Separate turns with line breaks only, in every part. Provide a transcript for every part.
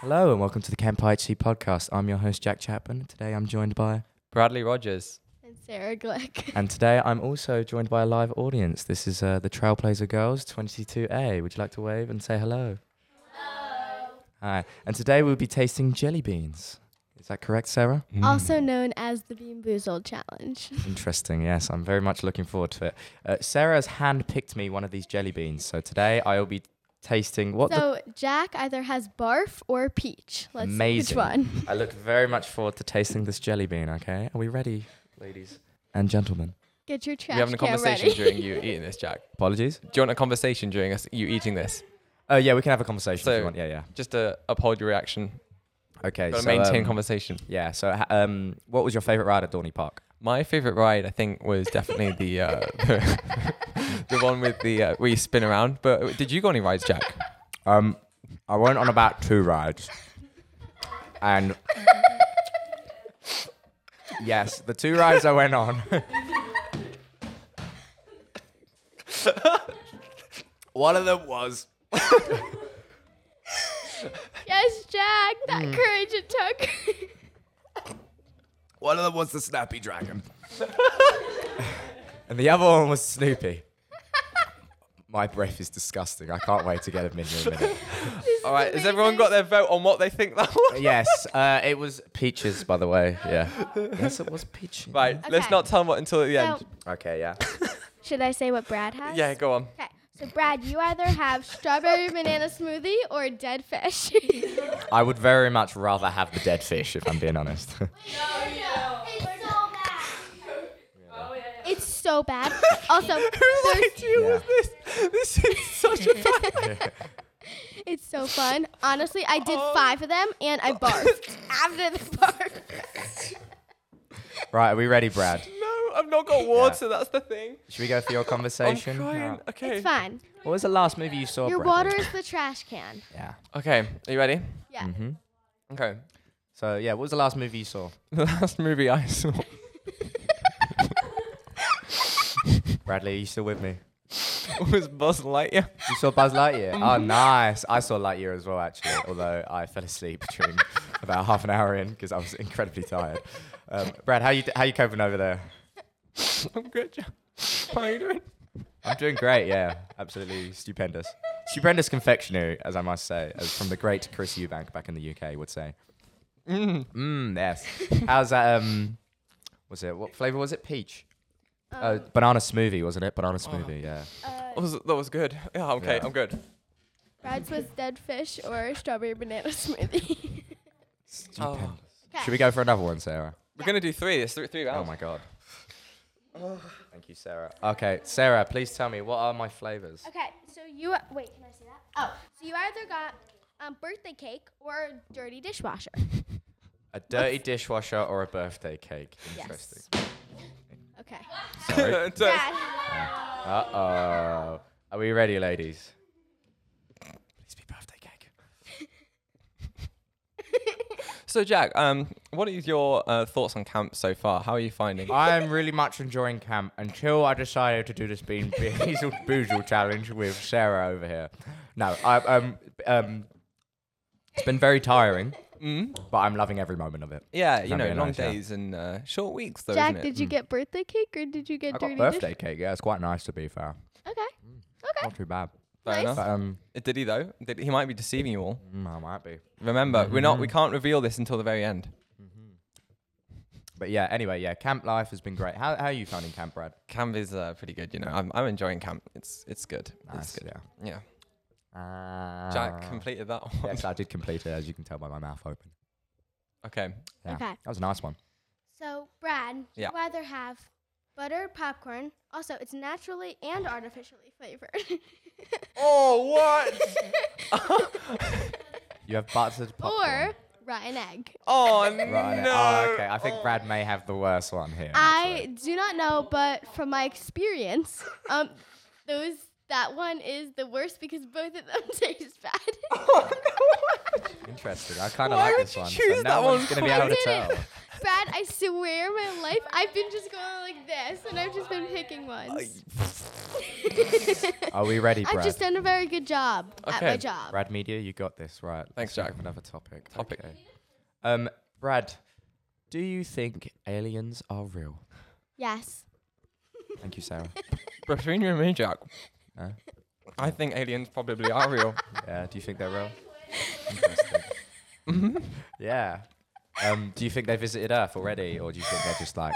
Hello and welcome to the Kempaichi podcast. I'm your host Jack Chapman. Today I'm joined by,
Bradley Rogers.
And Sarah Glick.
and today I'm also joined by a live audience. This is uh, the Trailblazer Girls 22A. Would you like to wave and say hello? Hi. And today we'll be tasting jelly beans. Is that correct, Sarah?
Hmm.
Also known as the Bean Boozled Challenge.
Interesting. Yes, I'm very much looking forward to it. Uh, Sarah has handpicked me one of these jelly beans, so today I will be tasting what the
so Jack either has barf or peach. Let's see
Amazing.
which one.
I look very much forward to tasting this jelly bean, okay? Are we ready, ladies and gentlemen?
Get your trash
we having a
can
conversation
ready.
during you eating this, Jack.
Apologies.
Do you want a conversation during us you eating this?
Oh yeah, we can have a conversation if
So-
you want. Yeah, yeah.
Just to uphold your reaction,
Okay.
but
so,
maintain
um,
conversation.
Yeah. So, ha- um, what was your favorite ride at Dorney Park?
My favorite ride, I think, was definitely the uh, the one with the uh, where you spin around. But did you go on any rides, Jack?
Um, I went on about two rides, and yes, the two rides I went on. One of them was
yes, Jack,
Hmm.
that courage it took.
one of them was the Snappy Dragon, and the other one was Snoopy. My breath is disgusting. I can't wait to get a minion minute.
All right, has everyone got their vote on what they think that was?
yes, uh, it was peaches, by the way. Yeah. yes, it was peaches.
Right, let's
Okay.
not tell them what until the
so,
end.
Okay. Yeah.
should I say what Brad has?
Yeah, go on.
Okay. So Brad, you either have strawberry banana smoothie or dead fish.
I would very much rather have the dead fish, if I'm being honest.
it's so bad. Also, there's
Yeah.
This, this is such a bad
It's so fun. Honestly, I
Oh.
did five of them and I barfed after the barf.
Right. Are we ready, Brad?
no. I've not got water. That's the thing.
Should we go for your
I'm
conversation?
crying. Okay.
It's fine.
What was the last movie you saw?
Your
Bradley?
water is the trash can.
Yeah.
Okay. Are you ready?
Yeah.
hmm
Okay.
So yeah, what was the last movie you saw?
The last movie I saw.
Bradley, are you still with me?
was Buzz Lightyear.
You saw Buzz
Mm-hmm.
Lightyear. Oh, nice. I saw Lightyear as well, actually. Although I fell asleep during about half an hour in because I was incredibly tired. Um, Brad, how you how you coping over there?
I'm good. Jack. How are you doing?
I'm doing great, yeah. Absolutely stupendous. Stupendous confectionery, as I must say, as from the great Chris Eubank back in the UK would say.
Mm.
Mmm, yes. How's that? Um, was it what flavor was it? Peach. Uh, Oh.
Um,
banana smoothie, wasn't it? Banana smoothie, yeah.
That
uh,
was, that was good. Yeah. Okay.
Yeah.
I'm good.
Brad's was dead fish or strawberry banana smoothie.
Stupendous.
Okay.
Should we go for another one, Sarah?
Oh. We're gonna do three. It's three, three
Oh
rounds.
my god. Thank you, Sarah. Okay, Sarah, please tell me what are my flavors?
Okay, so you wait. Can I say that? Oh, so you either got um, birthday cake or a dirty dishwasher.
A dirty dishwasher or a birthday cake? Interesting.
Okay.
Sorry.
So-
Brad,
Uh oh. Are we ready, ladies? Please be birthday cake.
So Jack, um, what is your uh, thoughts on camp so far? How are you finding?
I'm really much enjoying camp until I decided to do this bean beazle boozle challenge with Sarah over here. No, I, um, um, it's been very tiring,
Mm?
but I'm loving every moment of it.
Yeah, you
Not
know,
very
long
nice, yeah.
days and uh, short weeks, though,
Jack,
isn't it?
did you get birthday cake or did you get
I
dirty
got
dish?
birthday Mm. Oh, cake. Yeah, it's quite nice to be fair.
Okay. Okay.
Not too bad.
Fair
nice.
enough.
But um,
Uh, Did he though? Did, he might be deceiving you all.
mm, I might be.
Remember, we're not.
Mm-hmm.
We can't reveal this until the very end.
But yeah, anyway, yeah, camp life has been great. How, how are you finding camp, Brad?
Camp is uh, pretty good, you know. I'm, I'm enjoying camp. It's it's good. It's good.
yeah.
Yeah.
Ah.
Uh,
Jack completed that one.
Yes, I did complete it, as you can tell by my mouth open.
Okay.
Yeah.
Okay.
That was a nice one.
So, Brad,
Yeah.
you either have buttered popcorn. Also, it's naturally and artificially flavored.
Oh what?
You have buttered popcorn.
or rotten egg.
Oh
Right.
no.
Oh, okay. I think Brad may have the worst one here. actually.
I do not know, but from my experience, um, those that one is the worst because both of them taste bad. Oh,
Interesting. I kind of
Why
like
would
this
you
one. so
choose
no
that
one's going
one
to be
for
able
me?
to
I
tell.
did Brad, I swear my life, I've been just going like this, and I've just been picking ones.
Are we ready,
I've
Brad?
just done a very good job at my
Okay,
job.
Brad Media, you got this right. let's
Thanks, Jack.
have Another topic.
Topic.
Okay. Um, Brad, do you think aliens are real?
Yes.
Thank you, Sarah.
Between you and me, Jack,
Huh?
I think aliens probably are real.
Yeah. Do you think they're real? Interesting. yeah. Um, do you think they visited Earth already, or do you think they're just like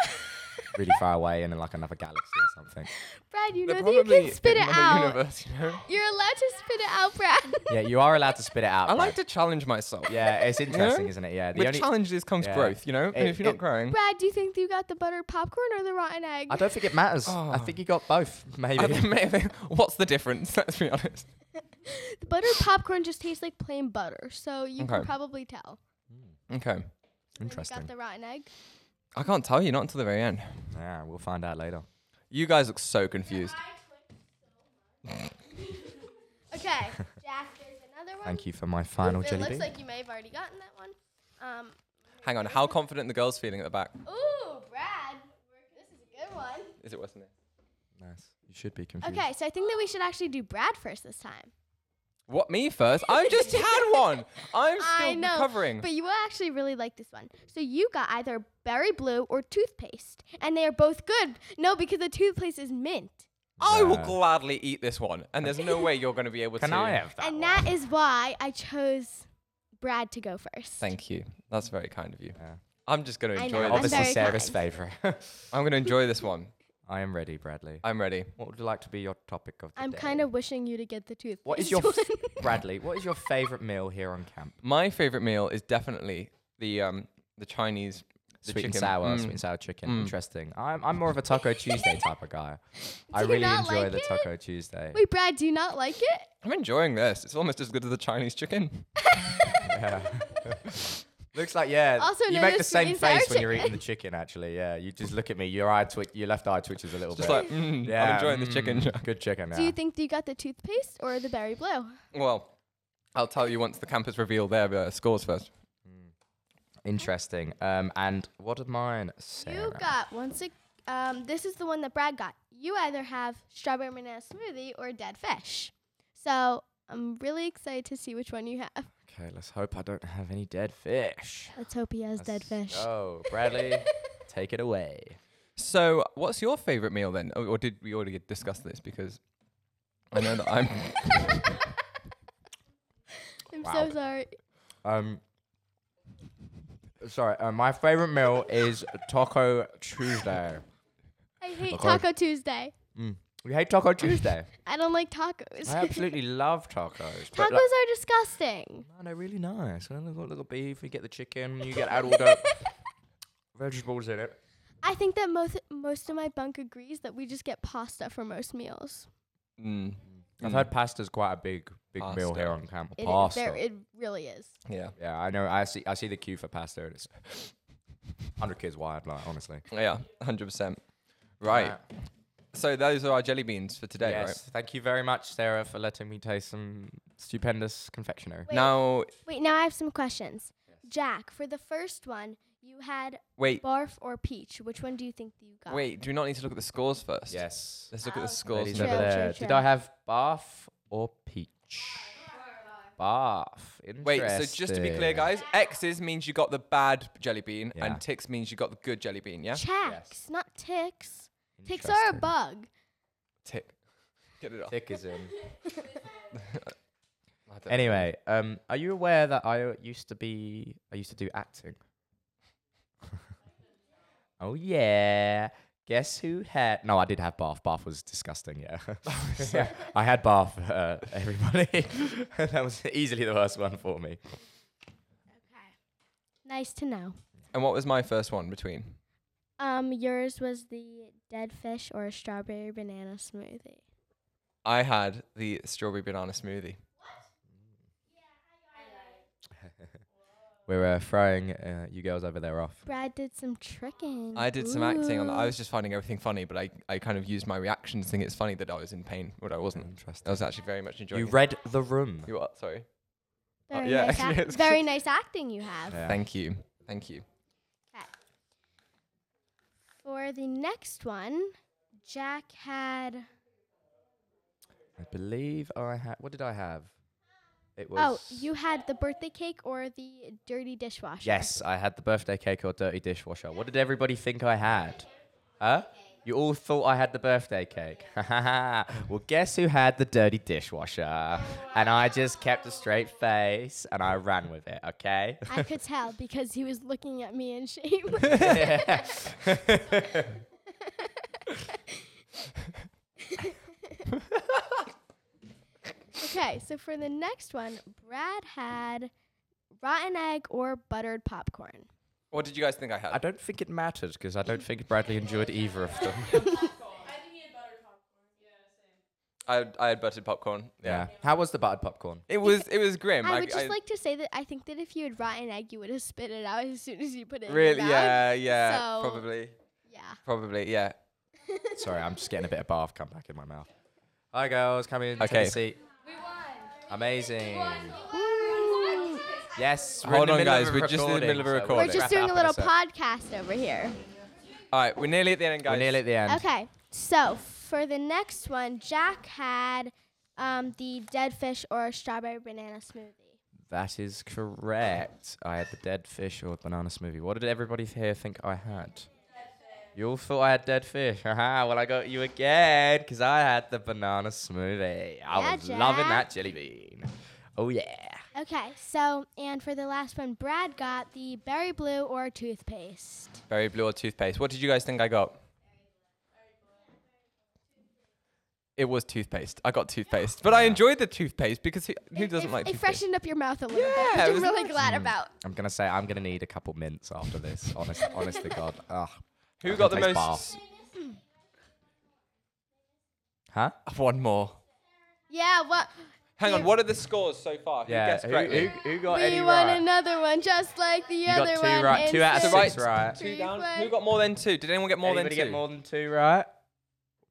really far away and in like another galaxy or something?
Brad, you
They're
know that you
probably
can spit
in
it
another
out.
universe, you know?
You're allowed to spit it out, Brad.
Yeah, you are allowed to spit it out.
I
Brad.
like to challenge myself.
Yeah, it's interesting,
know?
isn't it? Yeah. The
With
only.
challenges comes
Yeah.
growth, you know?
It-
and if you're
it-
not growing,
Brad, do you think that you got the buttered popcorn or the rotten egg?
I don't think it matters. I
Oh.
think you got both,
I
maybe.
think maybe, what's the difference? Let's be honest.
The buttered popcorn just tastes like plain butter, so you can
Okay.
probably tell.
Okay.
And then You
Interesting.
got the rotten egg.
I can't tell you, not until the very end.
Yeah, we'll find out later.
You guys look so confused.
Okay, Jack, there's another one.
Thank you for my final
it
jelly
looks
bean.
like you may have already gotten that one. Um,
Hang on, how confident the girl's feeling at the back?
ooh, Brad, this is a good one.
Is it worse than this?
nice. You should be confused.
Okay, so I think that we should actually do Brad first this time.
What, me first? I've just had one! I'm still
I know,
Mm.
recovering.
but you will actually really like this one. So you got either berry blue or toothpaste, and they are both good. No, because the toothpaste is mint,
I will
Nah.
gladly eat this one, and there's no way you're going to be able
Can
to.
I have that?
and that is why I chose Brad to go first.
Thank you. That's very kind of you.
Yeah.
I'm just going to
I
enjoy
know,
this.
I'm
Obviously,
very
Sarah's
kind.
favorite.
I'm going to enjoy this one.
I am ready, Bradley.
I'm ready.
What would you like to be your topic of the
I'm
day?
kind of wishing you to get the toothpaste.
What is your
one.
f- Bradley? What is your favorite meal here on camp?
My favorite meal is definitely the um the Chinese the
sweet and
chicken.
sour,
Mm.
sweet and sour chicken.
Mm.
Interesting. I'm I'm more of a Taco Tuesday type of guy. I
you
really
not
enjoy
like
the
it?
Taco Tuesday.
Wait, Brad, do you not like it?
I'm enjoying this. It's almost as good as the Chinese chicken.
Looks like yeah.
Also
you
known
make
as
the
sweet
same
and sour
face when you're eating the chicken. Actually, yeah. You just look at me. Your eye twitch. Your left eye twitches a little
Just
bit.
like mm, I'm
yeah,
enjoying the
mm,
chicken.
Good chicken. Yeah.
Do you think that you got the toothpaste or the berry blue?
Well, I'll tell you once the campus reveal their uh, scores first.
Interesting. Um, and what did mine say?
You got once. ag- Um, this is the one that Brad got. You either have strawberry banana smoothie or dead fish. So I'm really excited to see which one you have.
Okay, let's hope I don't have any dead fish.
Let's hope he has dead fish.
Oh, Bradley, take it away.
So, what's your favorite meal then? Oh, Or, or did we already discuss this? Because I know that I'm.
I'm
wow.
so sorry.
Um, sorry. Uh, my favorite meal is Taco Tuesday.
I hate
Okay.
Taco Tuesday.
We hate Taco Tuesday.
I don't like tacos.
I absolutely love tacos.
Tacos
but like-
are disgusting.
No, they're really nice. And then they've got little beef. You get the chicken. You get all the vegetables in it.
I think that most most of my bunk agrees that we just get pasta for most meals.
Mm,
I've
Mm.
heard pasta's quite a big, big meal
Pasta.
here on camp.
It,
pasta.
There, it really is.
yeah.
Yeah, I know. I see. I see the queue for pasta. And it's hundred kids wide. Like honestly.
Yeah. 100%. Right. So, those are our jelly beans for today,
yes.
right?
Thank you very much, Sarah, for letting me taste some stupendous confectionery.
Wait.
Now,
Wait, now I have some questions. Jack, for the first one, you had
wait,
barf or peach. Which one do you think that you got?
wait. Do we not need to look at the scores first?
Yes.
Let's look at
Oh,
the scores.
Ladies
True,
over
true,
there.
true.
Did I have bath or peach? Bath. Interesting.
Wait, so just to be clear, guys, X's means you got the bad jelly bean,
Yeah.
and ticks means you got the good jelly bean, yeah?
Chacks,
Yes.
not ticks. Ticks are a
Interesting.
bug.
Tick. Get it off.
Tick is in.
I don't know.
Anyway, um, are you aware that I used to be, I used to do acting? oh yeah. Guess who had? No, I did have bath. Bath was disgusting. Yeah, Yeah, I had bath. Uh, everybody, that was easily the worst one for me.
Nice to know.
And what was my first one between?
Um, yours was the dead fish or a strawberry banana smoothie.
I had the strawberry banana smoothie.
We were throwing uh, you girls over there off.
Brad did some tricking.
I did some acting on that. I
Ooh.
was just finding everything funny, but I, I kind of used my reactions to think it's funny that I was in pain, but I wasn't. I
Interesting.
was actually very much enjoying
You
it.
read the room.
You what? Sorry.
very
yeah,
nice
actually,
ac-
it's-
very nice acting you have.
Yeah.
Thank you. Thank you.
Okay. For the next one, Jack had.
I believe or I had what did I have? It was
Oh, you had the birthday cake or the dirty dishwasher?
Yes, I had the birthday cake or dirty dishwasher. What did everybody think I had? Huh? You all thought I had the birthday cake. well, guess who had the dirty dishwasher? And I just kept a straight face and I ran with it, okay?
I could tell because he was looking at me in shame. okay, so for the next one, Brad had rotten egg or buttered popcorn.
What did you guys think I
I
had?
don't think it mattered because I don't think Bradley enjoyed either of them.
I, I had buttered popcorn.
yeah. How was the buttered popcorn?
It was it was grim.
I would just like to say that I think that if you had rotten egg, you would have spit it out as soon as you put it in
really
your mouth.
yeah yeah
so-
probably
Yeah.
probably yeah.
Sorry, I'm just getting a bit of barf come back in my mouth. Hi girls, come in, take
Okay.
a seat. Amazing. Yes, we're in
Hold
the
on,
middle of
guys,
a
we're just in the middle of a
so
recording.
We're
we'll
just
wrap it
doing
up
a
in
little
sec.
podcast over here.
All right, we're nearly at the end, guys.
We're nearly at the end.
Okay, so for the next one, Jack had um, the dead fish or strawberry banana smoothie.
That is correct. I had the dead fish or banana smoothie. What did everybody here think I had? You all thought I had dead fish. Haha, well, I got you again because I had the banana smoothie. I
Yeah,
was loving
Jack.
that jelly bean. Oh, yeah.
Okay, so and for the last one, Brad got the berry blue or toothpaste.
Berry blue or toothpaste. What did you guys think I got? It was toothpaste. I got toothpaste, but I enjoyed the toothpaste because who, who
It-
doesn't
it,
like
it
toothpaste?
freshened up your mouth a little
Yeah,
bit,
it
which I'm
was
really glad about.
I'm going to say I'm going to need a couple mints after this. Honest, honest to God. Ugh.
Who
I
got the
can
most?
taste barf. Huh?
One more.
Yeah, what?
Hang on.
You-
What are the scores so far? Who
Yeah.
guessed
Who,
correctly?
who, who got
we
any
want
right?
another one just like the
You
other
got two
one.
right. Two out of
So
six
instead.
right,
right. right.
Two
Three
down.
play-
Who got more than two? Did anyone get more
Anybody
than two?
get more than two right?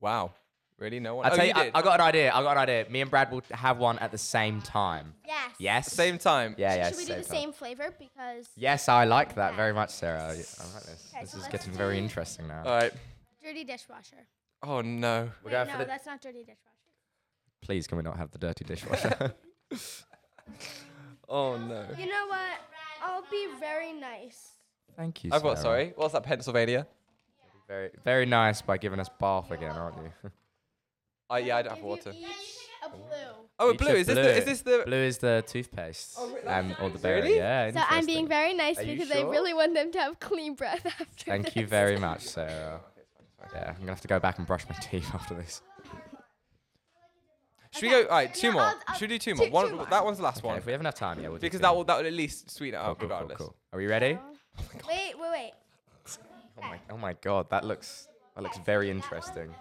Wow. Really? No one.
I
oh,
tell you,
you
I,
did.
I got an idea. I got an idea. Me and Brad will have one at the same time.
Yes.
Yes.
Same time.
Yeah, yeah.
Should we do the
time.
same flavor? Because
Yes, I like that very much, Sarah. I I like this.
Okay,
This is
so let's
getting
do-
very interesting now.
All right.
dirty dishwasher.
Oh no.
We're
Wait,
going
no,
for the-
that's not dirty dishwasher.
Please, can we not have the dirty dishwasher?
Oh no.
You know what? I'll be very nice.
Thank you.
I've got.
Sarah.
Sorry. What's that? Pennsylvania.
Very, very nice by giving us bath again, aren't you?
Oh yeah, I don't have water.
a blue.
Oh,
Each
blue.
a
Is this the? Is this the?
blue? Is the toothpaste and or the berry?
Really?
Yeah.
So I'm being
interesting.
very nice
Are you
because I
sure?
really want them to have clean breath after
Thank you
this.
very much, Sarah. Yeah, I'm gonna have to go back and brush my teeth after this.
Should we go?
Okay.
All right, two
No,
more.
I'll- I'll-
Should we do two
two-
more? one,
two more.
That one's the last
Okay,
one
if we have enough time, yeah, we'll do
because
two
that
more.
will that will at least sweeten it
Cool,
up
cool, cool,
regardless.
cool. Are we ready?
Oh Wait, wait, wait.
Oh my, oh my god, that looks that looks very interesting.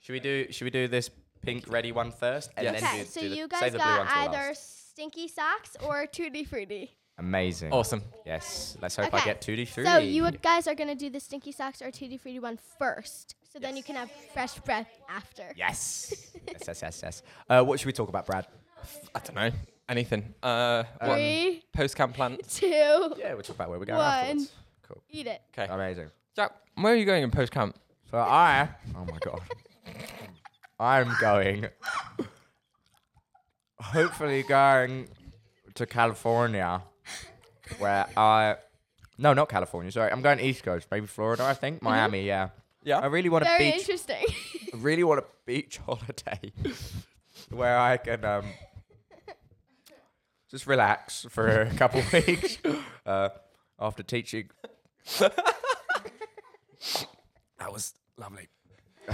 Should we do should we do this pink ready one first and
Yes.
then
Okay,
do,
so
do the,
you
save
guys
the blue
got
one till
either
last.
stinky socks or tutti frutti.
amazing.
Awesome.
Yes. Let's hope I
Okay.
get 2D through.
So you would- guys are gonna do the stinky socks or tutti frutti one first, so then you can have fresh breath after.
Yes. yes, yes, yes, yes. Uh, what should we talk about, Brad?
I don't know anything. Uh, what?
Three,
Post camp plant.
two,
Yeah, we'll talk about where we're going
One.
afterwards. Cool.
eat it.
Okay.
Amazing.
Jack, where are you going in post camp?
So I Oh my god. I'm going hopefully going to California where I no, not California, sorry. I'm going East Coast, maybe Florida, I think. Miami, Mm-hmm. yeah.
Yeah.
I really want a
Very
beach
interesting.
I really want a beach holiday where I can um just relax for a couple weeks uh, after teaching. that was lovely.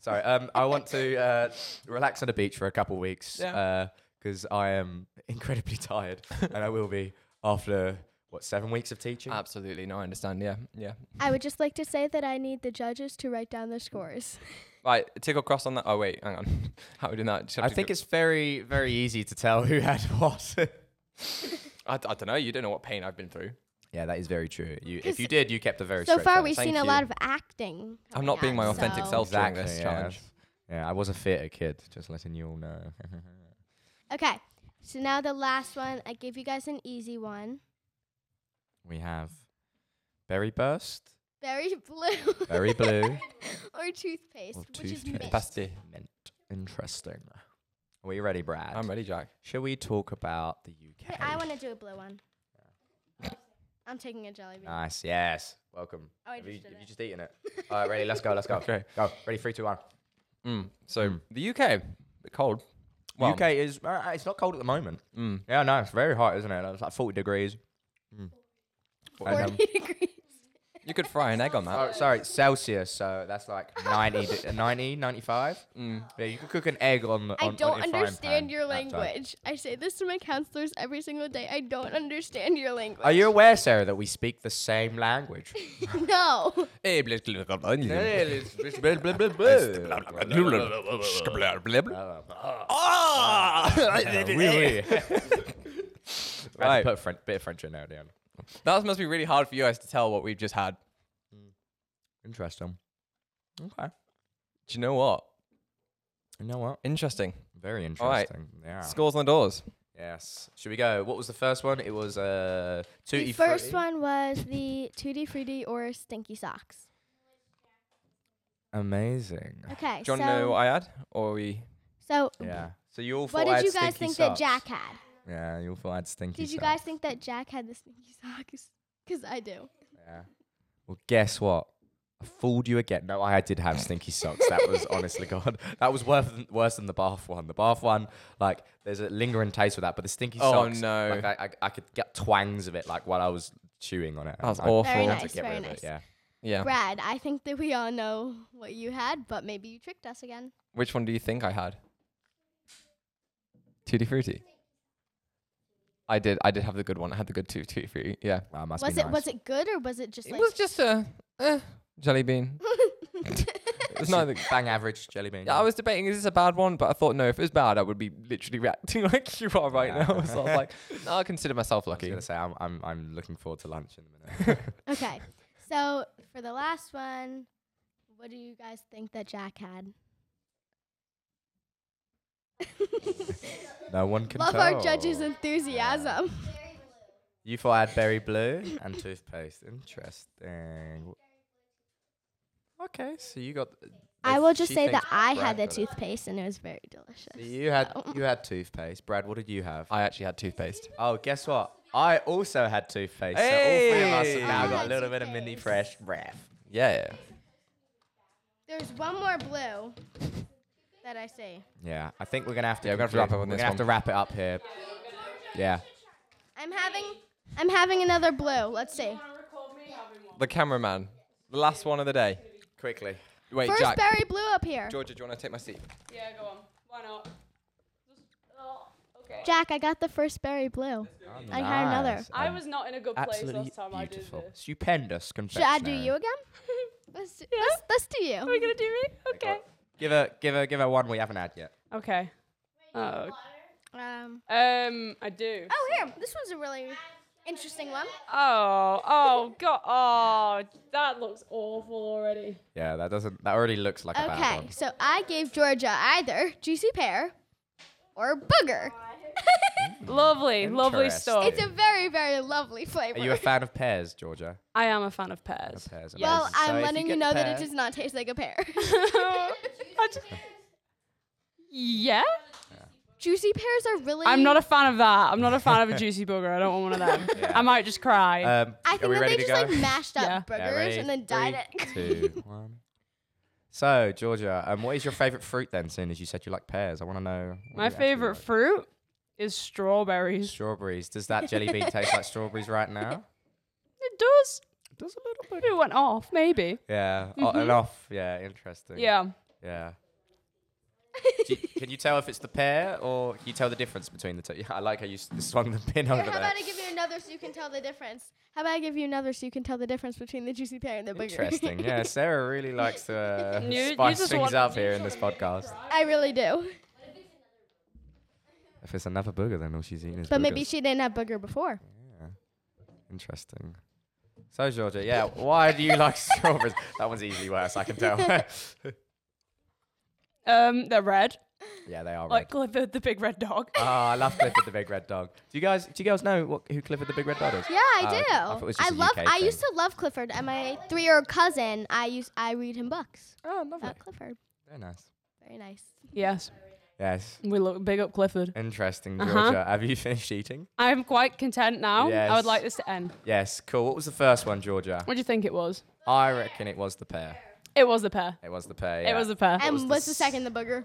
Sorry, um, I want to uh, relax on the beach for a couple weeks
Yeah.
because I am incredibly tired, and I will be after what seven weeks of teaching.
Absolutely. No, I understand. Yeah. Yeah.
I would just like to say that I need the judges to write down their scores.
Right. Tickle cross on that. Oh wait, hang on. How are we doing that? Just have
I
to
think
go-
it's very, very easy to tell who had what.
I, I don't know. You don't know what pain I've been through.
Yeah, that is very true. You, if
'Cause
you did, you kept a very.
So
straight
far,
face.
we've seen
Thank
a lot
you.
of acting.
I'm not being my
coming
authentic
out,
self during
Exactly,
this
yeah.
challenge.
Yeah, I was a theatre kid. Just letting you all know.
Okay, so now the last one. I gave you guys an easy one.
we have berry burst
Very blue.
Very blue.
or toothpaste,
Or
which is mint.
toothpaste.
Pasty.
Mint. Interesting. Are we ready, Brad?
I'm ready, Jack.
Shall we talk about the UK?
Wait, I want to do a blue one. I'm taking a jelly bean.
Nice. Yes. Welcome.
Oh, I
have you,
just did
have you
it.
just eaten it? All right, ready. Let's go. Let's go.
Okay.
Go. Ready. Three, two, one.
Mm. So the UK, cold. Well,
UK is uh, uh, it's not cold at the moment.
Mm.
Yeah, no, it's very hot, isn't it? It's like forty degrees. Mm. um,
I know.
40 degrees.
You could fry an egg on that.
Oh, sorry, Celsius. So that's like 90, de- uh, 90 95. Yeah, you could cook an egg on the.
I
on- on
don't
your frying pan
understand your
outside.
language. I say this to my counselors every single day. I don't understand your language.
Are you aware, Sarah, that we speak the same language?
no.
Eh, blah, blah, blah, blah, blah.
right.
Right.
Put a French, bit of French in there, Dan.
That must be really hard for you guys to tell what we've just had.
Interesting. Okay.
Do you know what?
You know what?
Interesting.
Very
right.
interesting. Yeah.
Ah. Scores on the doors.
Yes. Should we go? What was the first one? It was uh, two.
the first one was the 2D, 3D, or stinky socks.
Amazing.
Okay,
Do you
so,
want to know what I had? Or we.
so
Yeah. So you all thought
what
I had
did you guys
stinky
think
socks.
that Jack had?
Yeah, you all thought I had stinky.
Did you
socks.
guys think that Jack had the stinky socks? Because I do.
Yeah. Well, guess what? I fooled you again. No, I did have stinky socks. That was honestly God. That was worse than, worse than the bath one. The bath one, like, there's a lingering taste with that, but the stinky
Oh,
socks.
no.
Like, I, I, I could get twangs of it, like, while I was chewing on it.
That was
I- I
awful. Very
had to
nice,
get
very
rid of it,
nice.
Yeah.
Yeah.
Brad, I think that we all know what you had, but maybe you tricked us again.
Which one do you think I had? Tutti frutti. I did. I did have the good one. I had the good two tutti frutti. Yeah.
Wow, must
was
be
it
nice.
was it good or was it just
It
like
was just a eh, jelly bean. It was neither.
bang average jelly bean?
Yeah, I was debating is this a bad one, but I thought no, if it was bad, I would be literally reacting like you are right
Yeah.
now. So I was like, no, I consider myself
I was
lucky.
gonna say I'm, I'm I'm looking forward to lunch in a minute.
Okay. So for the last one, what do you guys think that Jack had?
No one can
Love
tell.
our judge's enthusiasm.
You thought I had berry blue and toothpaste. Interesting. Okay, so you got.
I will just
she
say that
thinks
I
Brad
had the
got it.
toothpaste and it was very delicious.
So you had you had toothpaste. Brad, what did you have?
I actually had toothpaste.
Oh, guess what? I also had toothpaste. So all three of us have now
Hey!
got a little bit of mini fresh breath.
Yeah.
There's one more blue that I see.
Yeah, I think we're gonna have to.
Yeah, we're gonna have to wrap
conclude.
up on
We're
this
gonna have
one.
to wrap it up here. Yeah.
I'm having I'm having another blue. Let's see.
The cameraman. The last one of the day.
Quickly.
Wait,
First
Jack.
berry blue up here.
Georgia, do you want to take my seat?
Yeah, go on. Why not? Oh, okay.
Jack, I got the first berry blue. I had another.
Nice.
I
Um,
was not in a good place
absolutely
last time I
beautiful,
did this.
stupendous.
Should I do you again? let's, do, let's, let's do you.
Are we gonna do me? Okay.
Give her, give her, give her one we haven't had yet.
Okay. Oh.
Um,
Um, I do.
oh, here. This one's a really interesting one.
Oh, oh, God. Oh, that looks awful already.
Yeah, that doesn't. That already looks like a bad
Okay,
one.
so I gave Georgia either juicy pear or
Oh,
booger.
Lovely, lovely
Interesting.
stuff.
it's a very, very lovely flavor.
Oh. Are you a fan of pears, Georgia?
I am a fan of pears.
Pears. amazing.
well,
So if
I'm letting you
get
know that
pear-
it does not taste like a pear.
I ju- yeah?
juicy pears are really.
I'm not a fan of that. I'm not a fan of a juicy booger. I don't want one of them. I might just cry.
Um,
I think
are we
that
ready
they
to
just
go?
like mashed up
Yeah.
burgers
Yeah, ready?
and then
Three,
dyed it.
two, one. So, Georgia, um, what is your favorite fruit then? Seeing as you said you like pears, I want to know. what you
My
actually
favorite
like.
fruit is strawberries.
strawberries. Does that jelly bean taste like strawberries right now?
It does.
It does a little bit.
It went off, maybe.
Yeah, o- and off. Yeah, interesting.
Mm-hmm. Yeah.
Yeah. Do you- can you tell if it's the pear or can you tell the difference between the two? Yeah, I like how you s- swung the pin
Here,
over
how
there.
about I give you another so you can tell the difference? How about I give you another so you can tell the difference between the juicy pear and the booger?
Interesting. Yeah, Sarah really likes to uh,
You- you
spice
just
things
want-
up here in this podcast.
I really do.
If it's another booger, then all she's eating is.
But maybe
boogers.
she didn't have booger before.
Interesting. So Georgia, yeah, why do you like strawberries? That one's easily worse, I can tell.
Um, they're red. Ah.
Yeah, they are red.
Like Clifford the big red dog.
Oh, I love Clifford the Big Red Dog. Do you guys, do you girls know what, who Clifford the Big Red Dog is?
Yeah, I
Oh,
do.
okay. I thought it was just a
love.
UK
I used
thing.
to love Clifford, and my three-year-old cousin. I used. I read him books
Oh, lovely.
about Clifford.
Very nice.
Very nice.
Yes,
Yes.
we look big up Clifford.
Interesting,
Uh-huh.
Georgia. Have you finished eating?
I'm quite content now. I
Yes.
would like this to end.
Yes. Cool. What was the first one, Georgia?
What do you think it was?
I reckon it was the pear.
It was the pear.
It was the pear.
It was
the.
the pear.
And
was the
what's the second? The booger.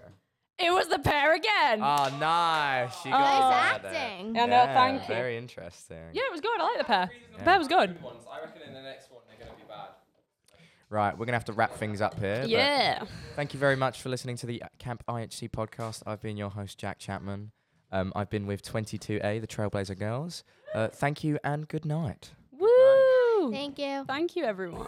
it was the pear again.
Oh, nice. She
Nice
got it there.
acting.
Ah. yeah, no,
Yeah,
thank you.
Very interesting.
Yeah, it was good. I like the pear. The pear was good.
I reckon in the next one they're going to be bad.
Right, we're going to have to wrap things up here. but
Yeah.
Thank you very much for listening to the Camp IHC podcast. I've been your host, Jack Chapman. Um, I've been with 22A, the Trailblazer Girls. Uh, thank you and good night.
Woo.
Thank you.
Thank you, everyone.